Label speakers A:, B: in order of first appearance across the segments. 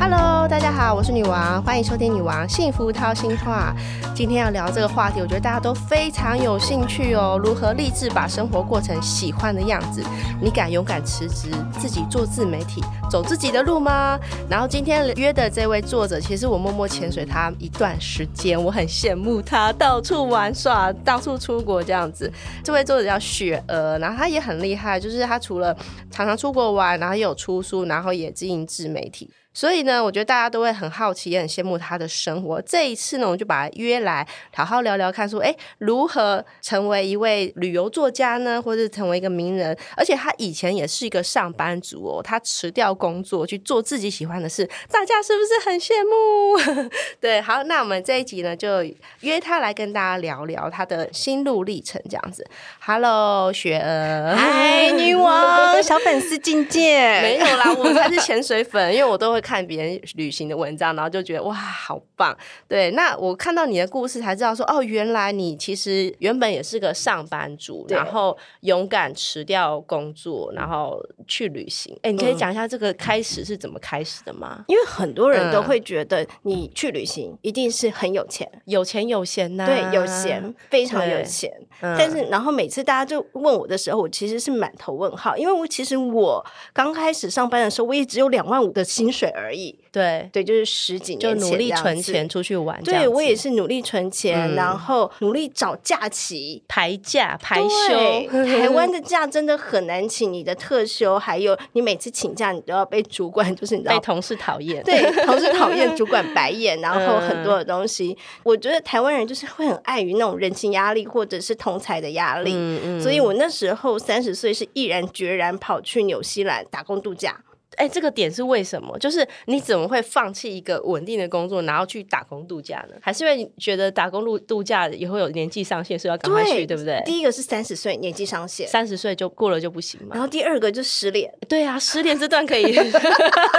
A: Hello，大家好，我是女王，欢迎收听《女王幸福掏心话》。今天要聊这个话题，我觉得大家都非常有兴趣哦。如何立志把生活过成喜欢的样子？你敢勇敢辞职，自己做自媒体，走自己的路吗？然后今天约的这位作者，其实我默默潜水他一段时间，我很羡慕他到处玩耍，到处出国这样子。这位作者叫雪儿，然后他也很厉害，就是他除了常常出国玩，然后也有出书，然后也经营自媒体。所以呢，我觉得大家都会很好奇，也很羡慕他的生活。这一次呢，我们就把他约来，好好聊聊看说，诶哎，如何成为一位旅游作家呢，或是成为一个名人？而且他以前也是一个上班族哦，他辞掉工作去做自己喜欢的事，大家是不是很羡慕？ 对，好，那我们这一集呢，就约他来跟大家聊聊他的心路历程，这样子。Hello，雪儿，
B: 嗨，女王，小粉丝境界，
A: 没有啦，我才是潜水粉，因为我都会看别人旅行的文章，然后就觉得哇，好棒。对，那我看到你的故事才知道说，哦，原来你其实原本也是个上班族，
B: 对
A: 然后勇敢辞掉工作，然后去旅行。哎，你可以
B: 嗯
A: 讲一下这个开始是怎么开始的吗？
B: 因为很多人都
A: 嗯
B: 会觉得你去旅行一定是很有钱，
A: 有钱有闲呐、
B: 对，有钱，非常
A: 嗯
B: 有
A: 啊对
B: 钱。
A: 嗯
B: 但是，然后每次大家就问我的时候，我其实是满头问号，因为我其实我刚开始上班的时候，我也只有两万五的薪水而已。
A: 对，
B: 对，就是十几年
A: 就
B: 前
A: 努力
B: 这样
A: 存
B: 子。
A: 钱出去玩。这样
B: 对，
A: 子
B: 我也是努力存钱，
A: 嗯
B: 然后努力找假期。
A: 排假排
B: 对
A: 休，
B: 台湾的假真的很难请，你的特休，还有你每次请假，你都要被主管，就是你知道
A: 被同事讨厌。
B: 对，同事讨厌，主管白眼，然后
A: 嗯
B: 很多的东西。我觉得台湾人就是会很碍于那种人情压力或者是同才的压力，
A: 嗯嗯，
B: 所以我那时候三十岁是毅然决然跑去纽西兰打工度假。
A: 哎、这个点是为什么？就是你怎么会放弃一个稳定的工作，然后去打工度假呢？还是因为你觉得打工度度假也会有年纪上限，所以要赶快去，对不对？
B: 第一个是三十岁年纪上限，
A: 三十岁就过了就不行
B: 然
A: 嘛？
B: 后第二个就失恋。
A: 对啊，失恋这段可 以。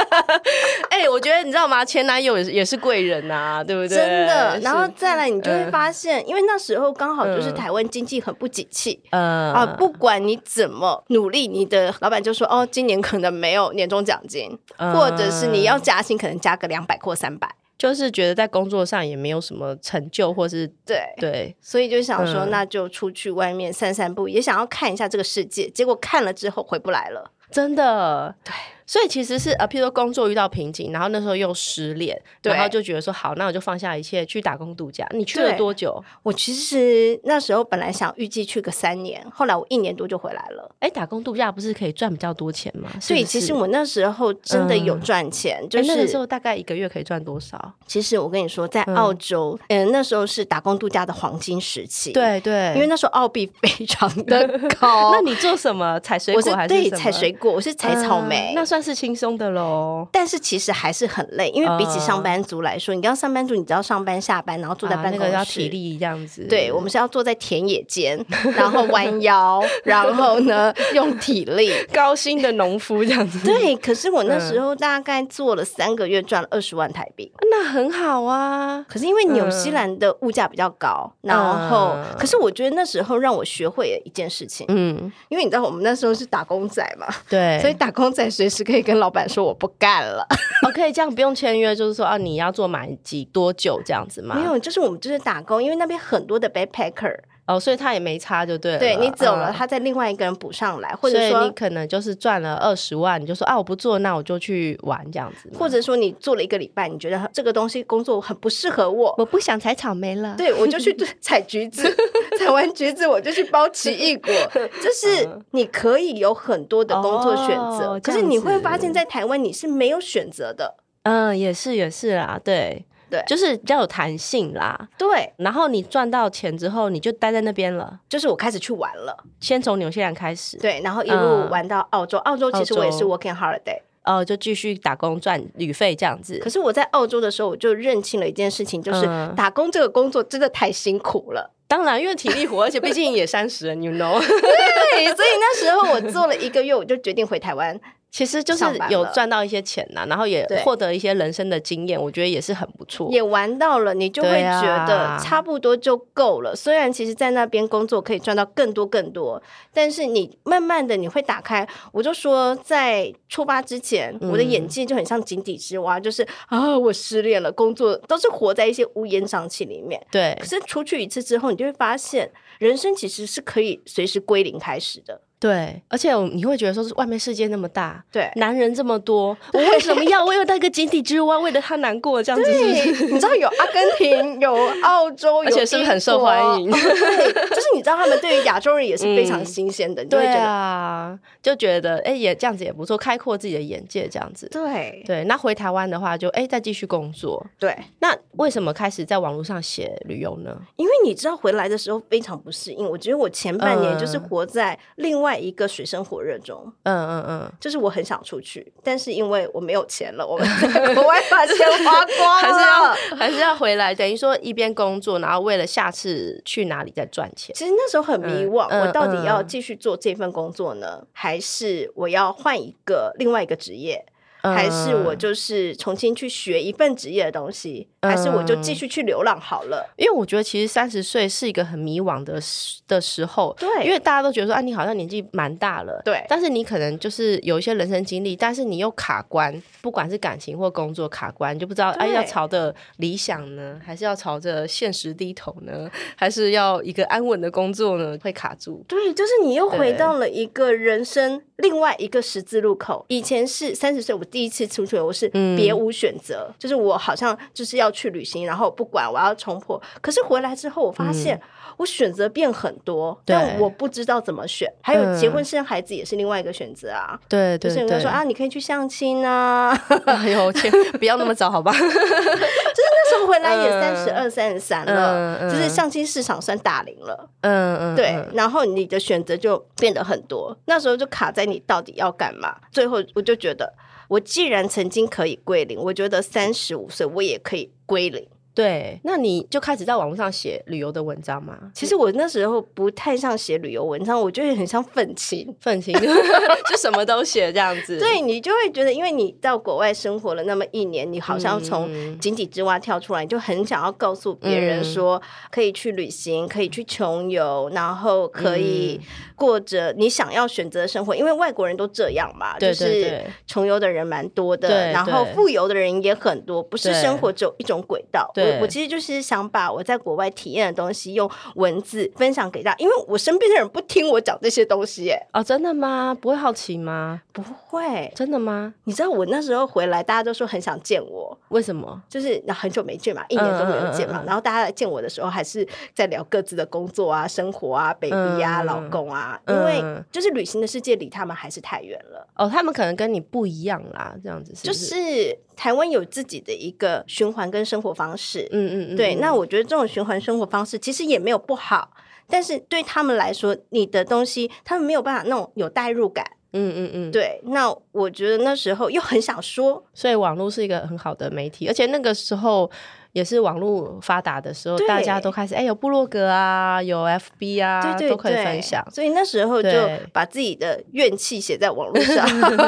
A: 哎、我觉得你知道吗？前男友也是也是贵人呐、对不对？
B: 真的，
A: 是
B: 然后再来，你就会
A: 嗯
B: 发现，因为那时候刚好就是
A: 嗯
B: 台湾经济很不景气、
A: 呃
B: 啊，不管你怎么努力，你的老板就说哦，今年可能没有年终奖金，
A: 嗯
B: 哦或者是你要加薪，可能加个两百或三百。
A: 就是觉得在工作上也没有什么成就，或是
B: 对，
A: 对
B: 所以就想说，
A: 嗯
B: 那就出去外面散散步，也想要看一下这个世界。结果看了之后回不来了，
A: 真的
B: 对。
A: 所以其实是呃，譬如说工作遇到瓶颈，然后那时候又失恋，
B: 对
A: 然后就觉得说好，那我就放下一切去打工度假。你去了
B: 对
A: 多久？
B: 我其实那时候本来想预计去个三年，后来我一年多就回来了。
A: 哎，打工度假不是可以赚比较多钱吗？
B: 所以其实我那时候真的有
A: 嗯
B: 赚钱，
A: 就
B: 就是
A: 哎那个
B: 是
A: 时候大概一个月可以赚多少？
B: 其实我跟你说，在
A: 嗯
B: 澳洲，嗯、那时候是打工度假的黄金时期，，
A: 对对，
B: 因为那时候澳币非常的高，
A: 那你做什么？采水
B: 我
A: 果还哦是
B: 对
A: 什么
B: 采水果，我是采草莓，
A: 嗯那算是轻松的喽。
B: 但是其实还是很累，因为比起
A: 嗯
B: 上班族来说，你刚上班族，你只要上班下班，然后坐在
A: 啊
B: 办公
A: 那
B: 室，
A: 个要体。力这样子。
B: 对，我们是要坐在田野间， 然后弯腰，然后 呢用体力。
A: 高薪的农夫这样 子，
B: 对，可是我那
A: 嗯
B: 时候大概做了三个月，赚了二十万台币。
A: 那很好啊。
B: 可是因为纽西兰的物价比较高，然后
A: 嗯
B: 可是我觉得那时候让我学会了一件事情，
A: 嗯，
B: 因为你知道我们那时候是打工仔嘛，
A: 对，
B: 所以打工仔随时可以跟老板说我不干了。
A: 哦，可以这样不用签约，就是说啊，你要做满几多久这样子吗？
B: 没有，就是我们就是打工，因为那边很多的 backpacker，
A: 哦，所以他也没差就对了。
B: 对你走了，
A: 嗯
B: 他再另外一个人补上来，或
A: 所
B: 者
A: 以你
B: 说，
A: 可能就是赚了二十万，你就说啊，我不做，那我就去玩这样子吗，
B: 或者说你做了一个礼拜，你觉得这个东西工作很不适合我，
A: 我不想采草莓了。
B: 对我 就去采橘子， 采完橘子我就去包奇异 果，
A: 嗯
B: 就是你可以有很多的工作选择，
A: 哦
B: 可
A: 这
B: 是
A: 样
B: 你会
A: 子
B: 发现在台湾你是没有选择的，
A: 嗯，也是也是啦，对
B: 对
A: 就是比较有弹性啦。
B: 对，
A: 然后你赚到钱之后，你就待在那边了。
B: 就是我开始去玩了，
A: 先从纽西兰开始，
B: 对，然后一
A: 嗯
B: 路玩到澳洲，澳洲其实我也是
A: 澳洲
B: working holiday，
A: 呃，就继续打工赚旅费这样子
B: 可。是我在澳洲的时候我就认清了一件事情，就是
A: 嗯
B: 打工这个工作真的太辛苦了。
A: 当然，因为体力活，而且毕竟也三十了，you know。
B: 对，所以那时候我做了一个月，我就决定回台湾
A: 其实就是
B: 上班
A: 有
B: 了
A: 赚到一些钱呐、然后也
B: 对
A: 获得一些人生的经验，我觉得也是很不错。
B: 也玩到了，你就会
A: 对啊
B: 觉得差不多就够了。虽然其实，在那边工作可以赚到更多更多，但是你慢慢的你会打开。我就说，在出发之前，我的
A: 嗯
B: 演技就很像井底之蛙，就是啊，我失恋了，工作都是活在一些乌烟瘴气里面。
A: 对
B: 可是出去一次之后，你就会发现，人生其实是可以随时归零开始的。
A: 对，而且我你会觉得说，是外面世界那么大，
B: 对，
A: 男人这么多，我为什么要为了那个井底之蛙，为了他难过这样子？是不是？
B: 你知道有阿根廷，有澳洲，
A: 而且是不是很受欢迎嗯
B: 有英国哦对，就是你知道他们对于亚洲人也是非常新鲜的，你就会
A: 对
B: 觉得
A: 啊，就觉得哎、也这样子也不错，开阔自己的眼界这样子。
B: 对
A: 对，那回台湾的话就，哎再继续工作。
B: 对，
A: 那为什么开始在网络上写旅游呢？
B: 因为你知道回来的时候非常不适应，我觉得我前半年就是
A: 嗯
B: 活在另外一个水深火热中，
A: 嗯嗯嗯，
B: 就是我很想出去，但是因为我没有钱了，我们在国外把钱花光
A: 还是
B: 了。
A: 要还是要回来，等于说一边工作，然后为了下次去哪里再赚钱。
B: 其实那时候很迷惘，
A: 嗯嗯
B: 我到底要
A: 嗯
B: 继续做这份工作呢，还是我要换一个另外一个职业？还是我
A: 嗯
B: 就是重新去学一份职业的东西，还是我就
A: 嗯
B: 继续去流浪好了？
A: 因为我觉得其实三十岁是一个很迷惘的时的时候，
B: 对
A: 因为大家都觉得说啊，你好像年纪蛮大了，
B: 对
A: 但是你可能就是有一些人生经历，但是你又卡关，不管是感情或工作卡关，你就不知道哎、
B: 对
A: 要朝着理想呢，还是要朝着现实低头呢，还是要一个安稳的工作呢，会卡住。
B: 对，就是你又回
A: 对
B: 到了一个人生另外一个十字路口。以前是三十岁，我第一次出去，我是
A: 嗯
B: 别无选择，就是我好像就是要去旅行，然后不管我要冲破。可是回来之后，我发现、我选择变很多，
A: 嗯对
B: 但我不知道怎么选。还有
A: 嗯
B: 结婚生孩子也是另外一个选择啊，
A: 对
B: 就
A: 对
B: 是人
A: 对，
B: 家说啊，你可以去相亲啊，
A: 哎呦，千不要那么早，好吧？
B: 那时候回来也
A: 嗯
B: 三十二、三十三了，
A: 嗯嗯
B: 就是相亲市场算打零了，
A: 嗯嗯，
B: 对。
A: 嗯
B: 然后你的选择就变得很多，那时候就卡在你到底要干嘛。最后我就觉得，我既然曾经可以归零，我觉得三十五岁我也可以归零。
A: 对。那你就开始在网络上写旅游的文章吗？
B: 其实我那时候不太像写旅游文章，我觉得很像愤青。
A: 愤青 就什么都写这样子，
B: 对你就会觉得，因为你到国外生活了那么一年，你好像
A: 嗯
B: 从井底之蛙跳出来，你就很想要告诉别人说，可以去旅行，可以去穷游，然后可以
A: 嗯
B: 过着你想要选择的生活。因为外国人都这样嘛，
A: 对对
B: 就是
A: 对
B: 穷游的人蛮多的，
A: 对
B: 然后
A: 对
B: 富游的人也很多，不是
A: 对
B: 生活只有一种轨道。我
A: 对
B: 我其实就是想把我在国外体验的东西用文字分享给大家，因为我身边的人不听我讲这些东西，耶，
A: 哦，真的吗？不会好奇吗？
B: 不会。
A: 真的吗？
B: 你知道我那时候回来，大家都说很想见我，
A: 为什么？
B: 就是很久没见嘛，一年都没有见嘛。
A: 嗯嗯嗯嗯
B: 然后大家来见我的时候，还是在聊各自的工作啊、生活啊、baby 啊、
A: 嗯
B: 老公啊，
A: 嗯
B: 因为就是旅行的世界离他们还是太远了。
A: 哦，他们可能跟你不一样啦，这样子是
B: 就
A: 不是，
B: 是台湾有自己的一个循环跟生活方式，
A: 嗯嗯嗯，
B: 对。
A: 嗯
B: 那我觉得这种循环生活方式其实也没有不好，但是对他们来说，你的东西他们没有办法那种有代入感。
A: 嗯嗯嗯，对，
B: 对，那我觉得那时候又很想说，
A: 所以网络是一个很好的媒体，而且那个时候。也是网络发达的时候，
B: 对
A: 大家都开始哎、有部落格啊，有 FB 啊，
B: 对对对，
A: 都可以分享。
B: 所以那时候就
A: 对
B: 把自己的怨气写在网络上，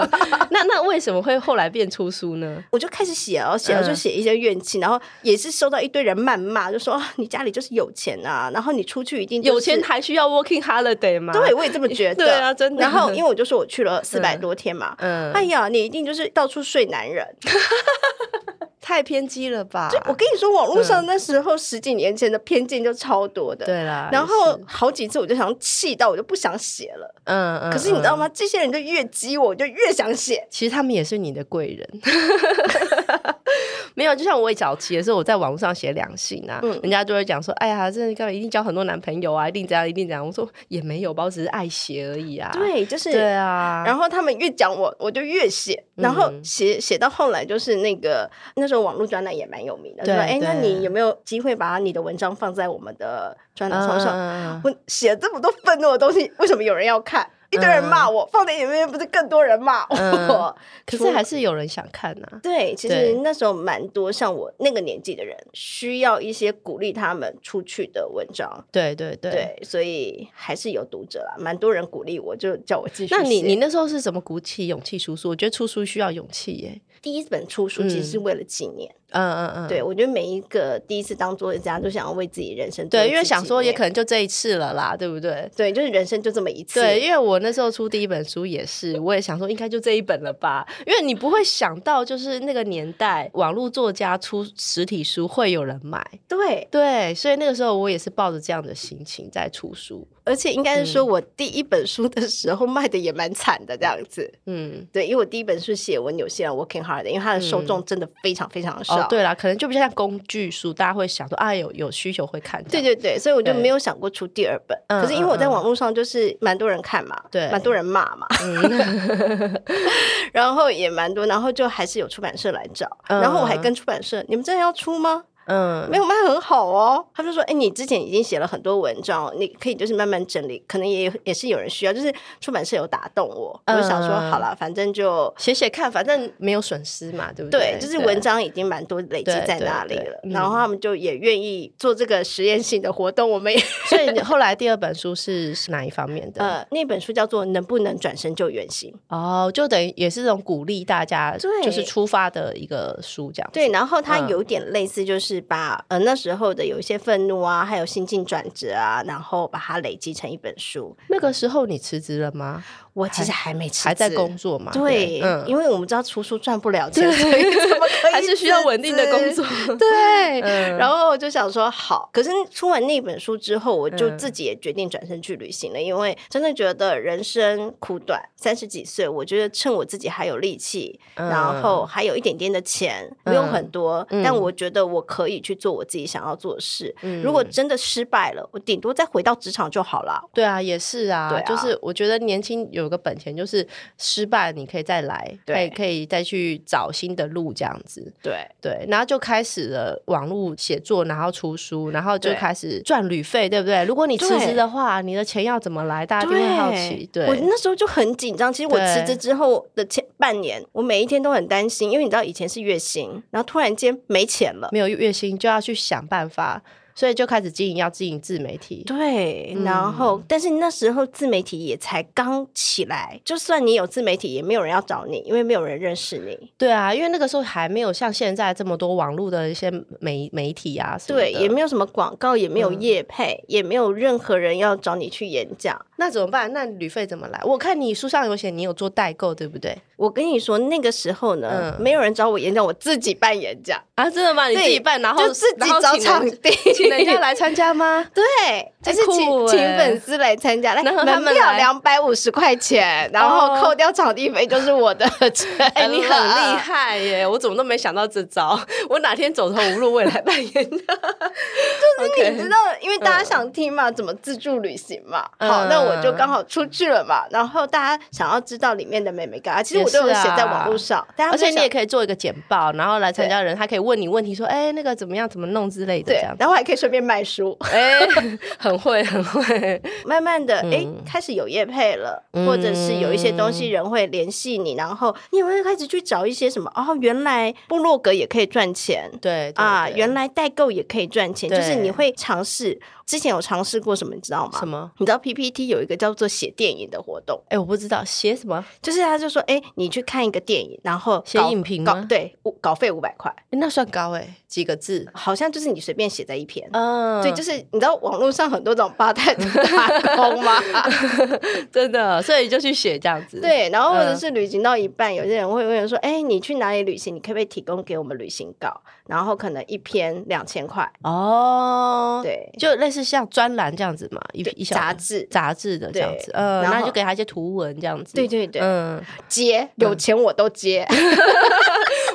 A: 那那为什么会后来变出书 呢？
B: 我就开始写哦，写了
A: 嗯
B: 就写一些怨气，然后也是收到一堆人谩骂，就说、啊你家里就是有钱啊，然后你出去一定、
A: 有钱。还需要 working holiday 吗？
B: 对，，我也这么 觉得。
A: 对啊真的
B: 然后，因为我就说我去了四百多天嘛，
A: 嗯，
B: 哎呀，你一定就是到处睡男人。
A: 太偏激了吧？
B: 我跟你说，网络上那时候十几年前的偏见就超多的。
A: 嗯对啦，
B: 然后
A: 也是
B: 好几次我就想气到我就不想写了。
A: 嗯嗯，
B: 可是你知道
A: 嗯？
B: 吗？这些人就越激我，我就越想写。
A: 其实他们也是你的贵人。 没有，就像我也早期的时候，我在网络上写两性啊，
B: 嗯
A: 人家就会讲说，哎呀，这你干嘛一定交很多男朋友啊，一定怎样，一定怎样。我说也没有吧，我只是爱写而已啊。
B: 对，就是
A: 对啊，
B: 然
A: 后
B: 后他们越讲我，我就越写，然后
A: 嗯
B: 写写到后来就是那个那时候网络专栏也蛮有名的，
A: 对
B: 说
A: 对
B: 哎，那你有没有机会把你的文章放在我们的专栏上上？
A: 嗯
B: 我写这么多愤怒的东西，为什么有人要看？一堆人骂我，放电影里面不是更多人骂我？
A: 嗯可
B: 除
A: 是还是有人想看啊呐、
B: 对，其
A: 对
B: 实那时候蛮多像我那个年纪的人，需要一些鼓励他们出去的文章。
A: 对对对。
B: 对，所以还是有读者啦，蛮多人鼓励我，就叫我继续写。
A: 那你你那时候是怎么鼓起勇气出书？我觉得出书需要勇气耶。
B: 第一本出书其实是为了纪念，
A: 嗯嗯嗯，
B: 对我觉得每一个第一次当作家都想要为自己人生做
A: 对，
B: 一
A: 因为
B: 次
A: 想
B: 纪
A: 说也
B: 念
A: 可能就这一次了啦，对不对？
B: 对，就是人生就这么一次。
A: 对，因为我那时候出第一本书也是，我也想说应该就这一本了吧，因为你不会想到就是那个年代网络作家出实体书会有人买，
B: 对，
A: 对，所以那个时候我也是抱着这样的心情在出书，
B: 而且应该是说我第一本书的时候卖的也蛮惨的这样子。
A: 嗯，
B: 对，因为我第一本书写文有些人 working hard 的，因为它的受众真的非常非常少。
A: 哦，对啦，可能就比较像工具书，大家会想说啊，有有需求会看这样，
B: 对对对，所以我就
A: 对
B: 没有想过出第二本。
A: 嗯
B: 可是因为我
A: 嗯
B: 在
A: 嗯
B: 网络上就是蛮多人看嘛，
A: 对
B: 蛮多人骂 嘛，
A: 嗯
B: 然后也蛮多，然后就还是有出版社来找，
A: 嗯
B: 然后我还跟出版社，你们真的要出吗？
A: 嗯，
B: 没有卖很好哦。他们就说，哎，你之前已经写了很多文章，哦你可以就是慢慢整理，可能也也是有人需要，就是出版社有打动我，我就想说，
A: 嗯
B: 好了，反正就。
A: 写写看，反正没有损失嘛，对不
B: 对
A: 对，，
B: 就是文章已经蛮多累积
A: 对
B: 在
A: 对
B: 那里
A: 对
B: 了，
A: 嗯
B: 然后他们就也愿意做这个实验性的活动，我们也
A: 所以你后来第二本书是是哪一方面的？
B: 呃，那本书叫做《能不能转身就原形》。
A: 哦，就等于也是一种鼓励大家，
B: 对
A: 就是出发的一个书这样子。
B: 对，然后它
A: 嗯
B: 有点类似，就是把、呃那时候的有一些愤怒啊，还有心境转折啊，然后把它累积成一本书。
A: 那个时候你辞职了吗？
B: 我其实还没辞职，
A: 还在工作吗？
B: 对，因
A: 嗯，
B: 为我们知道出书赚不了钱，所以怎么可 以
A: 还是需要稳定的工作
B: 辞职。。 对，
A: 嗯
B: 然后我就想说好，可是出完那本书之后，我就
A: 嗯
B: 自己也决定转身去旅行了，因为真的觉得人生苦短，三十几岁，我觉得趁我自己还有力气，
A: 嗯
B: 然后还有一点点的钱，不用很多，
A: 嗯
B: 但我觉得我可以去做我自己想要做的事。
A: 嗯
B: 如果真的失败了，我顶多再回到职场就好了。
A: 对啊，也是啊，
B: 对啊
A: 就是我觉得年轻有个本钱，就是失败你可以再来，
B: 对
A: 可以可以再去找新的路这样子。
B: 对
A: 对，然后就开始了网络写作，然后出书，然后就
B: 对
A: 开始赚旅费，对不对？如果你辞职的话，你的钱要怎么来？大家就会好奇。对，
B: 我那时候就很紧张。其实我辞
A: 对
B: 职之后的前半年，我每一天都很担心，因为你知道以前是月薪，然后突然间没钱了。
A: 没有月薪就要去想办法，所以就开始经营要经营自媒体。
B: 对，
A: 嗯
B: 然后、但是那时候自媒体也才刚起来，就算你有自媒体，也没有人要找你，因为没有人认识你，
A: 对啊，因为那个时候还没有像现在这么多网络的一些媒媒体啊什么的，嗯
B: 对，也没有什么广告，也没有业配，也没有任何人要找你去演讲。
A: 那怎么办？那旅费怎么来？我看你书上有写你有做代购，对不对？
B: 我跟你说，那个时候呢，
A: 嗯
B: 没有人找我演讲，我自己办演讲，
A: 啊，真的吗？你
B: 对
A: 自己办，然后
B: 就自己
A: 然后
B: 找
A: 请
B: 场
A: 人
B: 地，
A: 请人家来参加吗？
B: 对，就
A: 哎
B: 是
A: 酷
B: 请、
A: 欸
B: 请粉丝来参加，来
A: 然后他
B: 门
A: 们
B: 票
A: 来哦
B: 两百五十块钱，然后扣掉场地费就是我的 钱。
A: 哎、你很厉，害耶！我怎么都没想到这招。我哪天走投无路，我也来扮演。 就是
B: 你知道，因为大家想听嘛，怎么自助旅行嘛。好，
A: 嗯
B: 那我就刚好出去了嘛。然后大家想要知道里面的美美嘎嘎，其实
A: 也
B: 我都有
A: 是啊
B: 写在网络上，大家
A: 而且
B: 就
A: 你
B: 想
A: 也可以做一个简报，然后来参加的人，他可以问你问题，说：“哎、那个怎么样，怎么弄之类的。”这
B: 对
A: 样，
B: 然后还可以顺便卖书。
A: 哎、很会，很会。
B: 慢慢的，哎、
A: 嗯
B: 开始有业配了，或者是有一些东西人会联系你，然后你会开始去找一些什么哦，原来部落格也可以赚钱，
A: 对对
B: 啊，
A: 对
B: 原来代购也可以赚钱，就是
A: 对
B: 你会尝试。之前有尝试过什么，你知道吗？
A: 什么？
B: 你知道 PPT 有一个叫做写电影的活动，
A: 哎、我不知道写什么，
B: 就是他就说，哎、你去看一个电影，然后
A: 写
B: 稿
A: 影评
B: 稿
A: 吗
B: 对，五稿费五百块，
A: 哎那算高哎、几个字？
B: 好像就是你随便写在一篇。
A: 嗯，
B: 对，就是你知道网络上很多种八代的打 工吗？
A: 真的，所以就去写这样子。，
B: 对，然后或者
A: 嗯
B: 是旅行到一半，有些人会问说：“哎、你去哪里旅行？你可不可以提供给我们旅行稿？”然后可能一篇两千块，
A: 哦，，
B: 对，
A: 就类似像专栏这样子嘛，一一小
B: 杂志，
A: 杂志的这样子，
B: 对
A: 嗯，
B: 然
A: 然
B: 后
A: 后就给他一些图文这样子。
B: 对对对，
A: 嗯，
B: 接有钱我都接。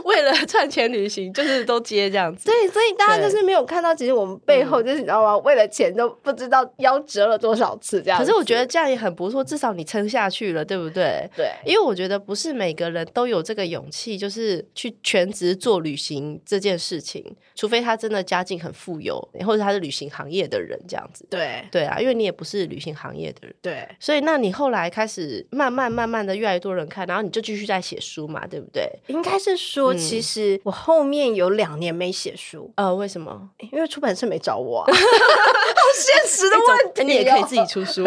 A: 为了赚钱旅行，就是都接这样子。
B: 对，所以大家就是没有看到，其实我们背后就是你知道吗？为了钱都不知道夭折了多少次这样
A: 可
B: 子。
A: 是我觉得这样也很不错，至少你撑下去了，对不对？
B: 对。
A: 因为我觉得不是每个人都有这个勇气，就是去全职做旅行这件事情，除非他真的家境很富有，或者他是旅行行业的人，人这样子。
B: 对
A: 对啊，因为你也不是旅行行业的人，
B: 对
A: 所以那你后来开始慢慢慢慢的越来越多人看，然后你就继续在写书嘛，对不对？
B: 应该是说，
A: 嗯
B: 其实我后面有两年没写书，
A: 呃，为什么？
B: 因为出版社没找我 啊、现实的
A: 哎
B: 问题
A: 总
B: 哦、
A: 你也可以自己出书，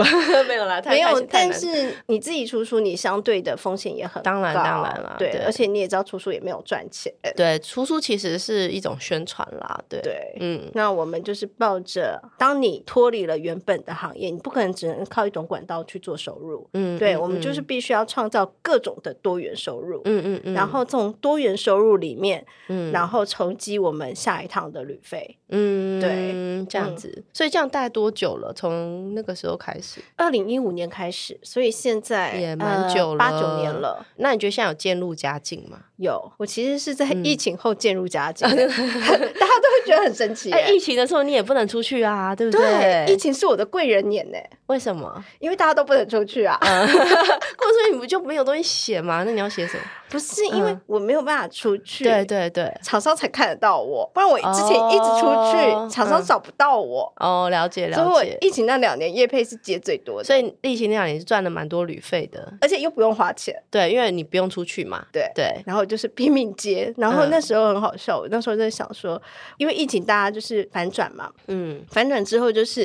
A: 没有 啦，太
B: 没有，
A: 太太
B: 但
A: 难
B: 是你自己出书，你相对的风险也很
A: 啊当然
B: 高
A: 当然啦
B: 对，
A: 对
B: 而且你也知道出书也没有赚钱，
A: 对出书其实是一种宣传啦，对，
B: 对。
A: 嗯，
B: 那我们就是抱着，当你脱离了原本的行业，你不可能只能靠一种管道去做收入。
A: 嗯
B: 对，
A: 嗯
B: 我们就是必须要创造各种的多元收入，
A: 嗯嗯嗯，
B: 然后从多元收入里面，
A: 嗯
B: 然后筹集我们下一趟的旅费。
A: 嗯
B: 对
A: 这样
B: 嗯
A: 子，所以这样大概多久了？从那个时候开始，
B: 二零一五年开始，所以现在呃
A: 也蛮久了
B: 八九、年了。
A: 那你觉得现在有渐入佳境吗？
B: 有，我其实是在
A: 嗯
B: 疫情后渐入 佳境， 大家都会觉得很神奇耶、
A: 哎、疫情的时候你也不能出去啊，对不
B: 对，疫
A: 对
B: 情是我的贵人年呢、
A: 为什 么？
B: 因为大家都不能出去啊。
A: 嗯，过去你不就没有东西写吗？那你要写什么？
B: 不是因为
A: 嗯
B: 我没有办法出去，
A: 对对对，
B: 厂商才看得到我，不然我之前一直出去，
A: 哦
B: 厂商
A: 嗯
B: 找不到我。
A: 哦，了解
B: 所以
A: 了
B: 我
A: 解。
B: 疫情那两年业配是接最多的，
A: 所
B: 以
A: 以疫情那两年是赚了蛮多旅费的，
B: 而且又不用花钱，
A: 对，因为你不用出去嘛，
B: 对。
A: 对，
B: 然后就是拼命接，然后
A: 嗯
B: 那时候很好笑，我那时候在想说，因为疫情大家就是反转嘛，
A: 嗯，
B: 反转之后就是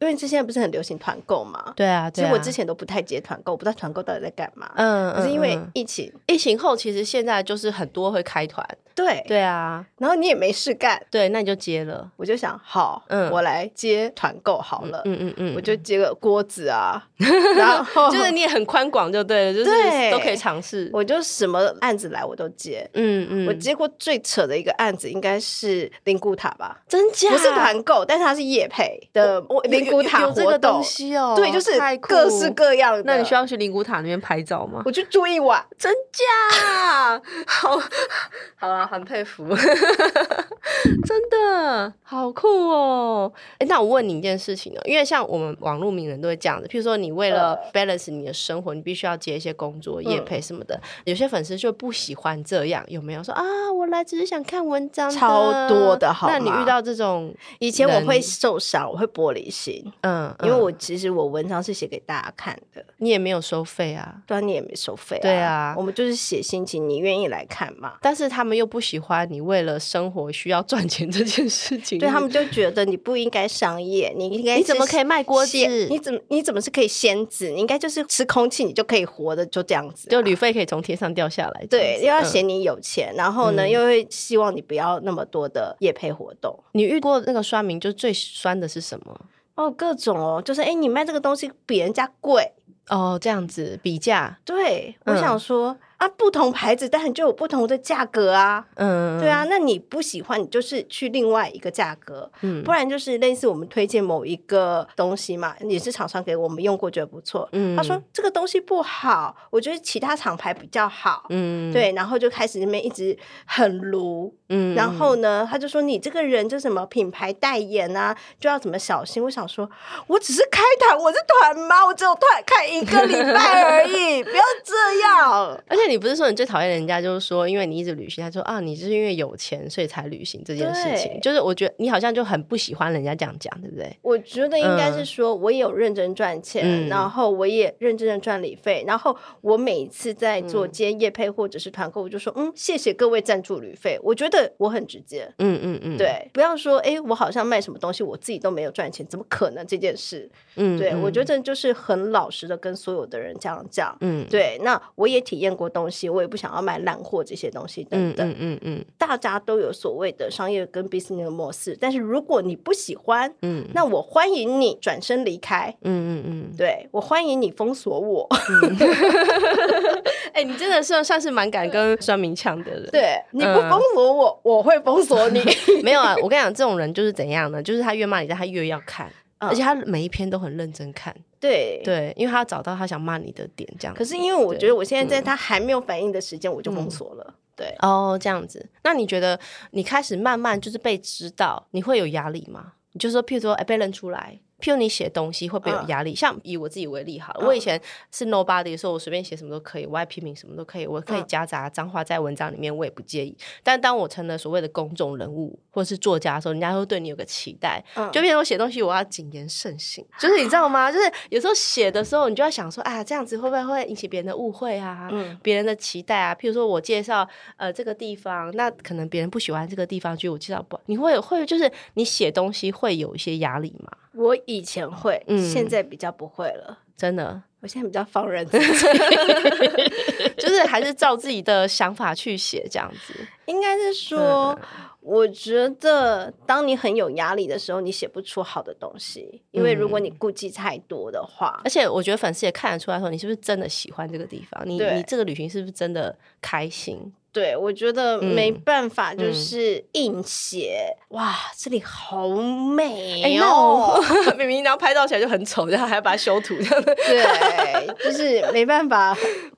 B: 因为这现在不是很流行团购嘛，
A: 对啊，
B: 其
A: 对啊。
B: 实我之，前都不太接团购，我不知道团购到底在干嘛，
A: 嗯，
B: 可是因为
A: 嗯嗯
B: 疫情，
A: 疫情后，其实现在就是很多会开团，
B: 对，
A: 对啊，
B: 然后你也没事干，
A: 对，那你就接了，
B: 我就想，好，
A: 嗯
B: 我来接团购好了。
A: 嗯嗯嗯，
B: 我就接个锅 子啊，然后
A: 就是你也很宽广，就对了，就是
B: 对
A: 都可以尝试，
B: 我就什么案子来我都接。
A: 嗯嗯，
B: 我接过最扯的一个案子应该是灵骨塔吧，
A: 真假
B: 不是团购，但是它是业配的灵骨塔
A: 有有这
B: 活
A: 个东
B: 动，
A: 西哦，
B: 对，就是
A: 太酷
B: 各式。各样的。
A: 那你需要去灵谷塔那边拍照吗？
B: 我就住一晚，
A: 真假？好，好啦，很佩服， 真的好酷哦！哎，那我问你一件事情呢，因为像我们网络名人都会这样子，譬如说你为了
B: 嗯
A: balance 你的生活，你必须要接一些工作、业配什么的，有些粉丝就不喜欢这样，有没有说啊？我来只是想看文章的，
B: 超多的好
A: 那你
B: 吗
A: 遇到这种，
B: 以前我会
A: 人
B: 受伤，我会玻璃心，
A: 嗯，
B: 因为
A: 嗯
B: 我其实我文章是写给大家看的，
A: 你也没有收费啊，
B: 当然你也没收费、啊，
A: 对啊
B: 我们就是写心情，你愿意来看嘛？
A: 但是他们又不喜欢你为了生活需要赚钱这件事情，
B: 对他们就觉得你不应该商业，你应该
A: 你怎么可以
B: 以
A: 卖锅子？
B: 你怎么你怎么是可以仙子？你应该就是吃空气，你就可以活的，就这样子啊。
A: 就旅费可以从天上掉下来这样
B: 对，
A: 子。
B: 又要
A: 嗯
B: 嫌你有钱，然后呢，
A: 嗯
B: 又会希望你不要那么多的夜配活动。
A: 你遇过那个酸民，就最酸的是什么？
B: 哦，各种哦，就是哎，你卖这个东西比人家贵，
A: 哦，这样子比价，
B: 对，
A: 嗯
B: 我想说啊，不同牌子当然就有不同的价格啊，
A: 嗯，
B: 对，啊，那你不喜欢，你就是去另外一个价格，
A: 嗯
B: 不然就是类似我们推荐某一个东西嘛，也是厂商给我们用过，觉得不错，
A: 嗯
B: 他说，这个东西不好，我觉得其他厂牌比较好。
A: 嗯，
B: 对，然后就开始那边一直很撸，
A: 嗯，嗯
B: 然后呢，他就说你这个人就什么品牌代言啊，就要怎么小心。我想说，我只是开团，我是团妈，我只有团开一个礼拜而已，不要这样。
A: 而且你不是说你最讨厌人家，就是说因为你一直旅行，他说啊，你就是因为有钱所以才旅行这件事情，
B: 对
A: 就是我觉得你好像就很不喜欢人家这样讲，对不对？
B: 我觉得应该是
A: 嗯
B: 说，我也有认真赚钱，
A: 嗯
B: 然后我也认真的赚理费，然后我每一次在
A: 嗯
B: 做接业配或者是团购，我就说，嗯，谢谢各位赞助旅费，我觉得我很直接。
A: 嗯嗯嗯，，
B: 对，不要说哎，诶我好像卖什么东西，我自己都没有赚钱，怎么可能这件事？
A: 嗯，
B: 对、我觉
A: 得，
B: 得就是很老实的跟所有的人这样讲。
A: 嗯，
B: 对，那我也体验过东西，我也不想要卖烂货这些东西等
A: 嗯，
B: 等。
A: 嗯嗯嗯
B: 大家都有所谓的商业跟 business 的模式，但是如果你不喜欢，
A: 嗯，
B: 那我欢迎你转身离开。
A: 嗯嗯嗯，
B: 对我欢迎你封锁我。
A: 哎、你真的是算是蛮敢跟酸民抢的人。
B: 对，你
A: 嗯
B: 不封锁我，我会封锁 你。
A: 没有啊，我跟你讲，这种人就是怎样呢？就是他越骂你，但他越要看，
B: 嗯
A: 而且他每一篇都很认真看，
B: 对。
A: 对，因为他要找到他想骂你的点，这样。
B: 可是因为我
A: 对嗯
B: 觉得我现在在他还没有反应的时间，我就封锁了。对，
A: 哦，这样子，那你觉得你开始慢慢就是被知道，你会有压力吗？你就说，譬如说，哎、被认出来，譬如你写东西会不会有
B: 嗯
A: 压力？像以我自己为例好了，
B: 嗯
A: 我以前是 nobody 的时候，我随便写什么都可以，我爱批评什么都可以，我可以
B: 嗯
A: 夹杂脏话在文章里面，我也不介意。但当我成了所谓的公众人物或是作家的时候，人家会对你有个期待，
B: 嗯
A: 就变成我写东西我要谨言慎行，就是你知道 吗？就是有时候写的时候，你就要想说，哎呀，这样子会不会会引起别人的误会啊？
B: 嗯
A: 别人的期待啊，譬如说我介绍呃这个地方，那可能别人不喜欢这个地方，觉得我介绍不好，你会会就是你写东西会有一些压力吗？
B: 我以前会，
A: 嗯
B: 现在比较不会了。
A: 真的，
B: 我现在比较放 任自己，
A: 就是还是照自己的想法去写这样 子。
B: 应该是说，
A: 嗯
B: 我觉得当你很有压力的时候，你写不出好的东西，因为如果
A: 嗯
B: 你顾忌太多的话，
A: 而且我觉得粉丝也看得出来说，你是不是真的喜欢这个地方？你
B: 对
A: 你这个旅行是不是真的开心？
B: 对我觉得
A: 嗯
B: 没办法，就
A: 嗯
B: 是硬写。哇，这里好美
A: 哎、
B: 哦！
A: 那我 明明然后拍照起来就很丑，然后还要把它修图这样子。
B: 对，就是没办法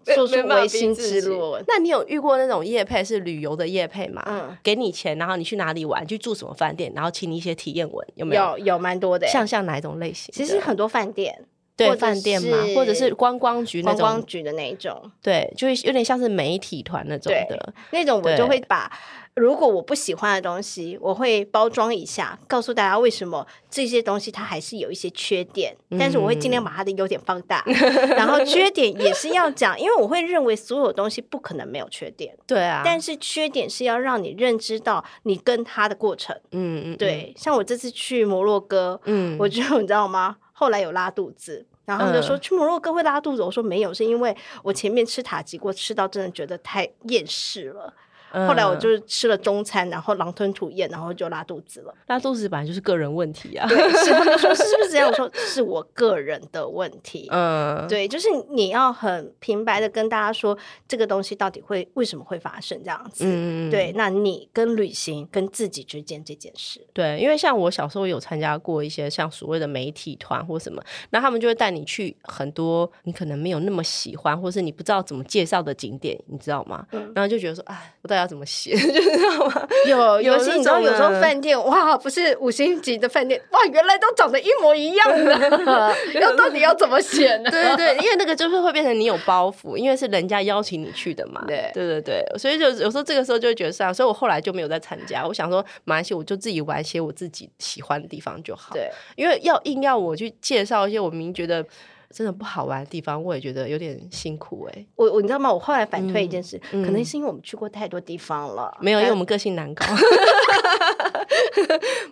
B: 做出
A: 没办法
B: 唯
A: 逼
B: 心
A: 自
B: 之
A: 己
B: 论。
A: 那你有遇过那种业配是旅游的业配吗？
B: 嗯
A: 给你钱，然后你去哪里玩，去住什么饭店，然后请你一些体验文，有没有？
B: 有有蛮多的欸，
A: 像像哪一种类型的？
B: 其实很多饭店、或
A: 对
B: 者
A: 饭店嘛，或者
B: 是
A: 是观光局那
B: 观
A: 种，
B: 光局的那一种，
A: 对，就是有点像是媒体团那种
B: 对
A: 的。
B: 那种我
A: 对
B: 就会把如果我不喜欢的东西，我会包装一下，告诉大家为什么这些东西它还是有一些缺点，但是我会尽量把
A: 嗯
B: 它的优点放大，然后缺点也是要讲，因为我会认为所有东西不可能没有缺点，
A: 对啊，
B: 但是缺点是要让你认知到你跟它的过程。
A: 嗯嗯，
B: 对，像我这次去摩洛哥，
A: 嗯，
B: 我就你知道吗？后来有拉肚子，然后他们就说、去摩洛哥会拉肚子，我说没有，是因为我前面吃塔吉锅吃到真的觉得太厌世了。
A: 嗯
B: 后来我就是吃了中餐，然后狼吞虎咽，然后就拉肚子了。
A: 拉嗯肚子本来就是个人问题啊。
B: 对，是他们说是不是这样？我说是我个人的问题。
A: 嗯，
B: 对，就是你要很平白的跟大家说这个东西到底会为什么会发生这样
A: 嗯，
B: 子。
A: 嗯嗯
B: 对，那你跟旅行跟自己之间这件事，
A: 对，因为像我小时候有参加过一些像所谓的媒体团或什么，那他们就会带你去很多你可能没有那么喜欢，或是你不知道怎么介绍的景点，你知道吗？
B: 嗯
A: 然后就觉得说，哎，我到底要怎么写， 就是知道吗？
B: 有
A: 有
B: 尤其
A: 那
B: 你知道，
A: 种啊
B: 有时候
A: 的
B: 饭店哇，不是五星级的饭店哇，原来都长得一模一样的， 要到底要怎么选呢？
A: 对对对，因为那个就是会变成你有包袱，因为是人家邀请你去的嘛。
B: 对
A: 对对对，所以就有时候这个时候就会觉得算了，所以我后来就没有再参加。我想说，马来西亚我就自己玩一些我自己喜欢的地方就好。
B: 对，
A: 因为要硬要我去介绍一些我明明觉得真的不好玩的地方，我也觉得有点辛苦哎、
B: 我我你知道吗？我后来反推一件事，可能
A: 嗯
B: 是因为我们去过太多地方了，
A: 没有，因为
B: 但
A: 我们个性难搞。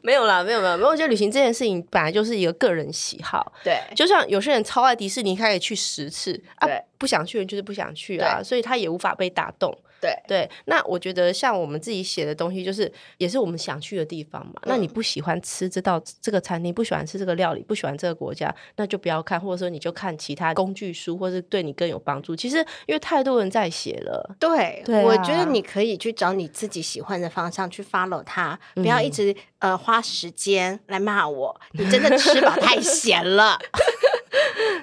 A: 没有啦，没有没有没有，我觉得旅行这件事情本来就是一个个人喜好，
B: 对
A: 就像有些人超爱迪士尼，他可以去十次啊
B: 对，
A: 不想去的人就是不想去啊，
B: 对
A: 所以他也无法被打动。
B: 对
A: 对，那我觉得像我们自己写的东西，就是也是我们想去的地方
B: 嗯
A: 嘛。那你不喜欢吃这道这个餐厅，不喜欢吃这个料理，不喜欢这个国家，那就不要看，或者说你就看其他工具书，或是对你更有帮助。其实因为太多人在写了，
B: 对，
A: 对
B: 我觉
A: 啊
B: 得你可以去找你自己喜欢的方向去 follow 它，不
A: 嗯
B: 要一直、呃花时间来骂我，你真的吃饱太闲了。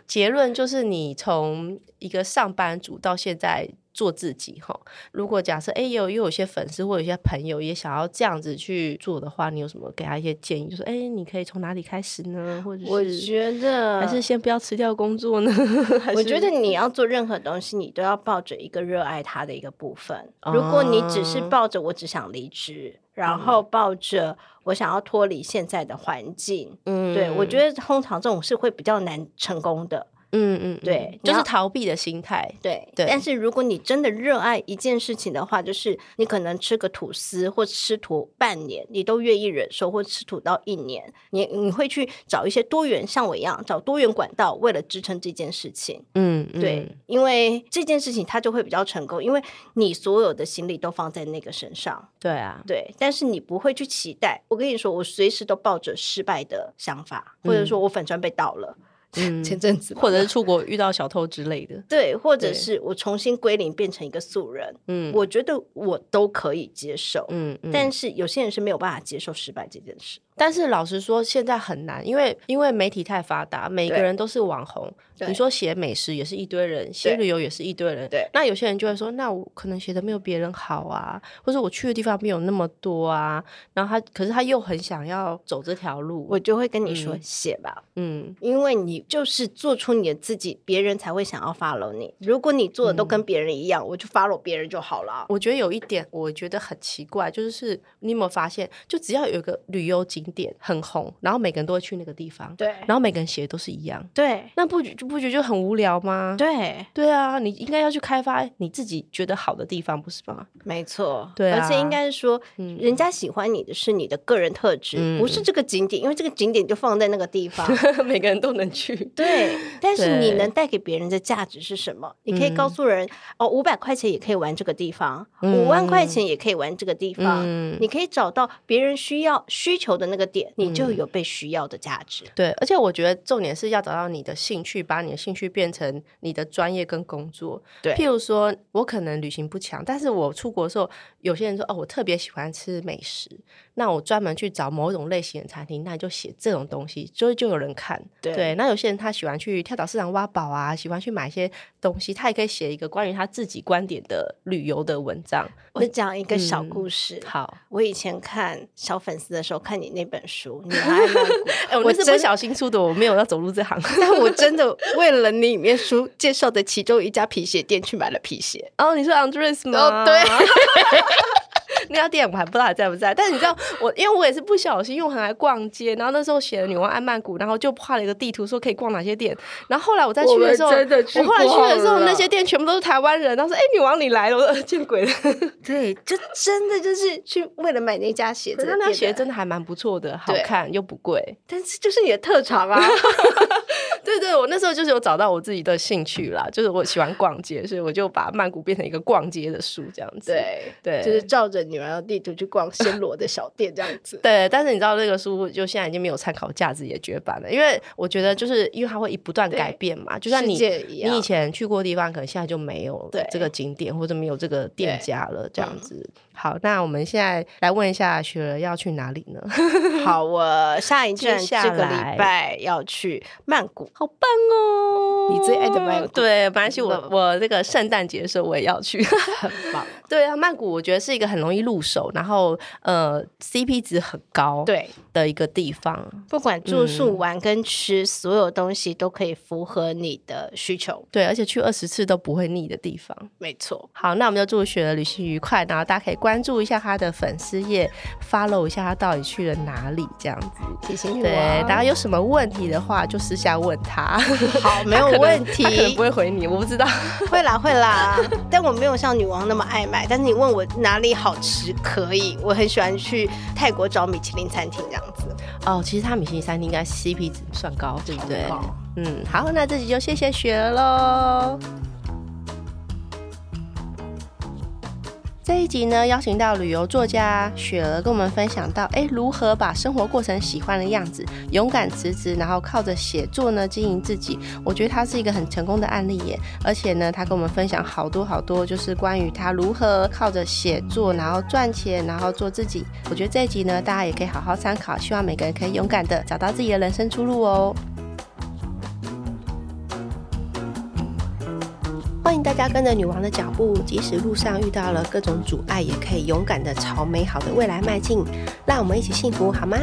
A: 结论就是你从一个上班族到现在。做自己哈，如果假设哎、有又有些粉丝或有些朋友也想要这样子去做的话，你有什么给他一些建议？就说哎、你可以从哪里开始呢？或者
B: 我
A: 是
B: 觉得
A: 还是先不要辞掉工作呢？ 还
B: 我
A: 是
B: 觉得你要做任何东西，你都要抱着一个热爱它的一个部分。如果你只是
A: 哦
B: 抱着我只想离职，然后抱着我想要脱离现在的环境，
A: 嗯
B: 对我觉得通常这种是会比较难成功的。
A: 嗯嗯，嗯
B: 对你
A: 就是
B: 要
A: 逃避的心态。
B: 对，
A: 对
B: 但是如果你真的热爱一件事情的话，就是你可能吃个吐司或吃土半年，你都愿意忍受，或吃土到一年，你你会去找一些多元，像我一样找多元管道，为了支撑这件事情。
A: 嗯，
B: 对，
A: 嗯
B: 因为这件事情它就会比较成功，因为你所有的心力都放在那个身上。
A: 对啊，
B: 对，但是你不会去期待。我跟你说，我随时都抱着失败的想法，或者说我粉砖被盗了，
A: 嗯，
B: 前阵子吧
A: 或者是出国遇到小偷之类的。
B: 对，或者
A: 对
B: 是我重新归零变成一个素人，
A: 嗯，
B: 我觉得我都可以接受。
A: 嗯嗯，
B: 但是有些人是没有办法接受失败这件事，
A: 但是老实说，现在很难，因为因为媒体太发达，每个
B: 对
A: 人都是网红。
B: 对
A: 你说写美食也是一堆人，写
B: 对
A: 旅游也是一堆人。
B: 对
A: 那有些人就会说，那我可能写的没有别人好啊，或者我去的地方没有那么多啊。然后他，可是他又很想要走这条路。
B: 我就会跟你说
A: 嗯
B: 写吧，
A: 嗯，
B: 因为你就是做出你的自己，别人才会想要 follow 你。如果你做的都
A: 嗯
B: 跟别人一样，我就 follow 别人就好了。
A: 我觉得有一点，我觉得很奇怪，就是你有没有发现，就只要有一个旅游景点很红，然后每个人都会去那个地方，
B: 对
A: 然后每个人写的都是一样，
B: 对
A: 那不觉就不觉得就很无聊吗？
B: 对，
A: 对啊，你应该要去开发你自己觉得好的地方，不是吗？
B: 没错，
A: 对
B: 而且
A: 啊
B: 应该是说，
A: 嗯
B: 人家喜欢你的是你的个人特质，不是这个景点，因为这个景点就放在那个地方。
A: 每个人都能去。
B: 对，但是你
A: 对
B: 能带给别人的价值是什么？你可以告诉人、哦，五百块钱也可以玩这个地方，五、万块钱也可以玩这个地方。
A: 嗯，
B: 你可以找到别人需要需求的那个点，你就有被需要的价值。
A: 对，而且我觉得重点是要找到你的兴趣，把你的兴趣变成你的专业跟工作。
B: 对
A: 譬如说我可能旅行不强，但是我出国的时候，有些人说哦，我特别喜欢吃美食，那我专门去找某种类型的餐厅，那你就写这种东西，就就有人看。
B: 对
A: 对，那有些人他喜欢去跳蚤市场挖宝啊，喜欢去买一些东西，他也可以写一个关于他自己观点的旅游的文章。
B: 我嗯讲一个小故事。
A: 好，
B: 我以前看小粉丝的时候，看你那本书《 女孩曼谷》
A: 哎，我
B: 我
A: 那是不
B: 真
A: 小心出的，我没有要走入这行。
B: 但我真的为了你里面书介绍的其中一家皮鞋店去买了皮鞋。
A: 哦，你说 Andres 吗？
B: 哦对。
A: 那家店我还不知道还在不在，但是你 知道我，因为我也是不小心，因为我很爱逛街，然后那时候写了女王爱曼谷，然后就画了一个地图，说可以逛哪些店。然后后来我再去的时候，
B: 我们真的去
A: 我后来去的时候，
B: 逛了
A: 那些店全部都是台湾人，然后说：“哎、女王你来了！”我说：“见鬼了
B: 对，就真的就是去为了买那家鞋！”
A: 可
B: 子
A: 是
B: 的
A: 那
B: 店
A: 鞋
B: 的
A: 真的还蛮不错的，好
B: 对
A: 看又不贵。
B: 但是就是你的特长 啊。
A: 对对，我那时候就是有找到我自己的兴趣啦，就是我喜欢逛街，所以我就把曼谷变成一个逛街的书这样子。
B: 对
A: 对
B: 就是照着女儿的地图去逛暹罗的小店这样子。
A: 对，但是你知道那个书就现在已经没有参考价值，也绝版了。因为我觉得，就是因为它会一不断改变嘛，就算
B: 世
A: 你
B: 界一
A: 你以
B: 样
A: 前去过的地方，可能现在就没有
B: 对
A: 这个景点或者没有这个店
B: 对嗯
A: 家了，这样子。好，那我们现在来问一下雪儿要去哪里呢？
B: 哦好，我下一
A: 接
B: 站这
A: 下
B: 个
A: 来
B: 礼拜要去曼谷。
A: 好棒哦！
B: 你最爱的曼谷
A: 对，没关系，我
B: 嗯
A: 我这个圣诞节的时候我也要去。
B: 很棒，
A: 对啊，曼谷我觉得是一个很容易入手，然后呃 CP 值很高
B: 对，
A: 的一个地方。
B: 不管住宿、玩跟吃，所有东西都可以符合你的需求。
A: 对，而且去二十次都不会腻的地方。
B: 没错，
A: 好，那我们就祝雪儿旅行愉快，然后大家可以关注一下她的粉丝页，follow 一下她到底去了哪里，这样子。
B: 谢谢你。
A: 对，大家有什么问题的话，就私下问她，
B: 好，没有
A: 可能
B: 问题
A: 她。可能不会回你，我不知道。
B: 会啦会啦，但我没有像女王那么爱买。但是你问我哪里好吃，可以，我很喜欢去泰国找米其林餐厅这样子。
A: 哦，其实她米其林餐厅应该 CP 值算高，对不对
B: 超高？
A: 嗯，好，那这集就谢谢雪儿喽。这一集呢，邀请到旅游作家雪儿跟我们分享到，哎，如何把生活过成喜欢的样子，勇敢辞职，然后靠着写作呢经营自己。我觉得他是一个很成功的案例耶，而且呢，他跟我们分享好多好多，就是关于他如何靠着写作，然后赚钱，然后做自己。我觉得这一集呢，大家也可以好好参考，希望每个人可以勇敢的找到自己的人生出路哦。欢迎大家跟着女王的脚步，即使路上遇到了各种阻碍，也可以勇敢的朝美好的未来迈进。让我们一起幸福好吗？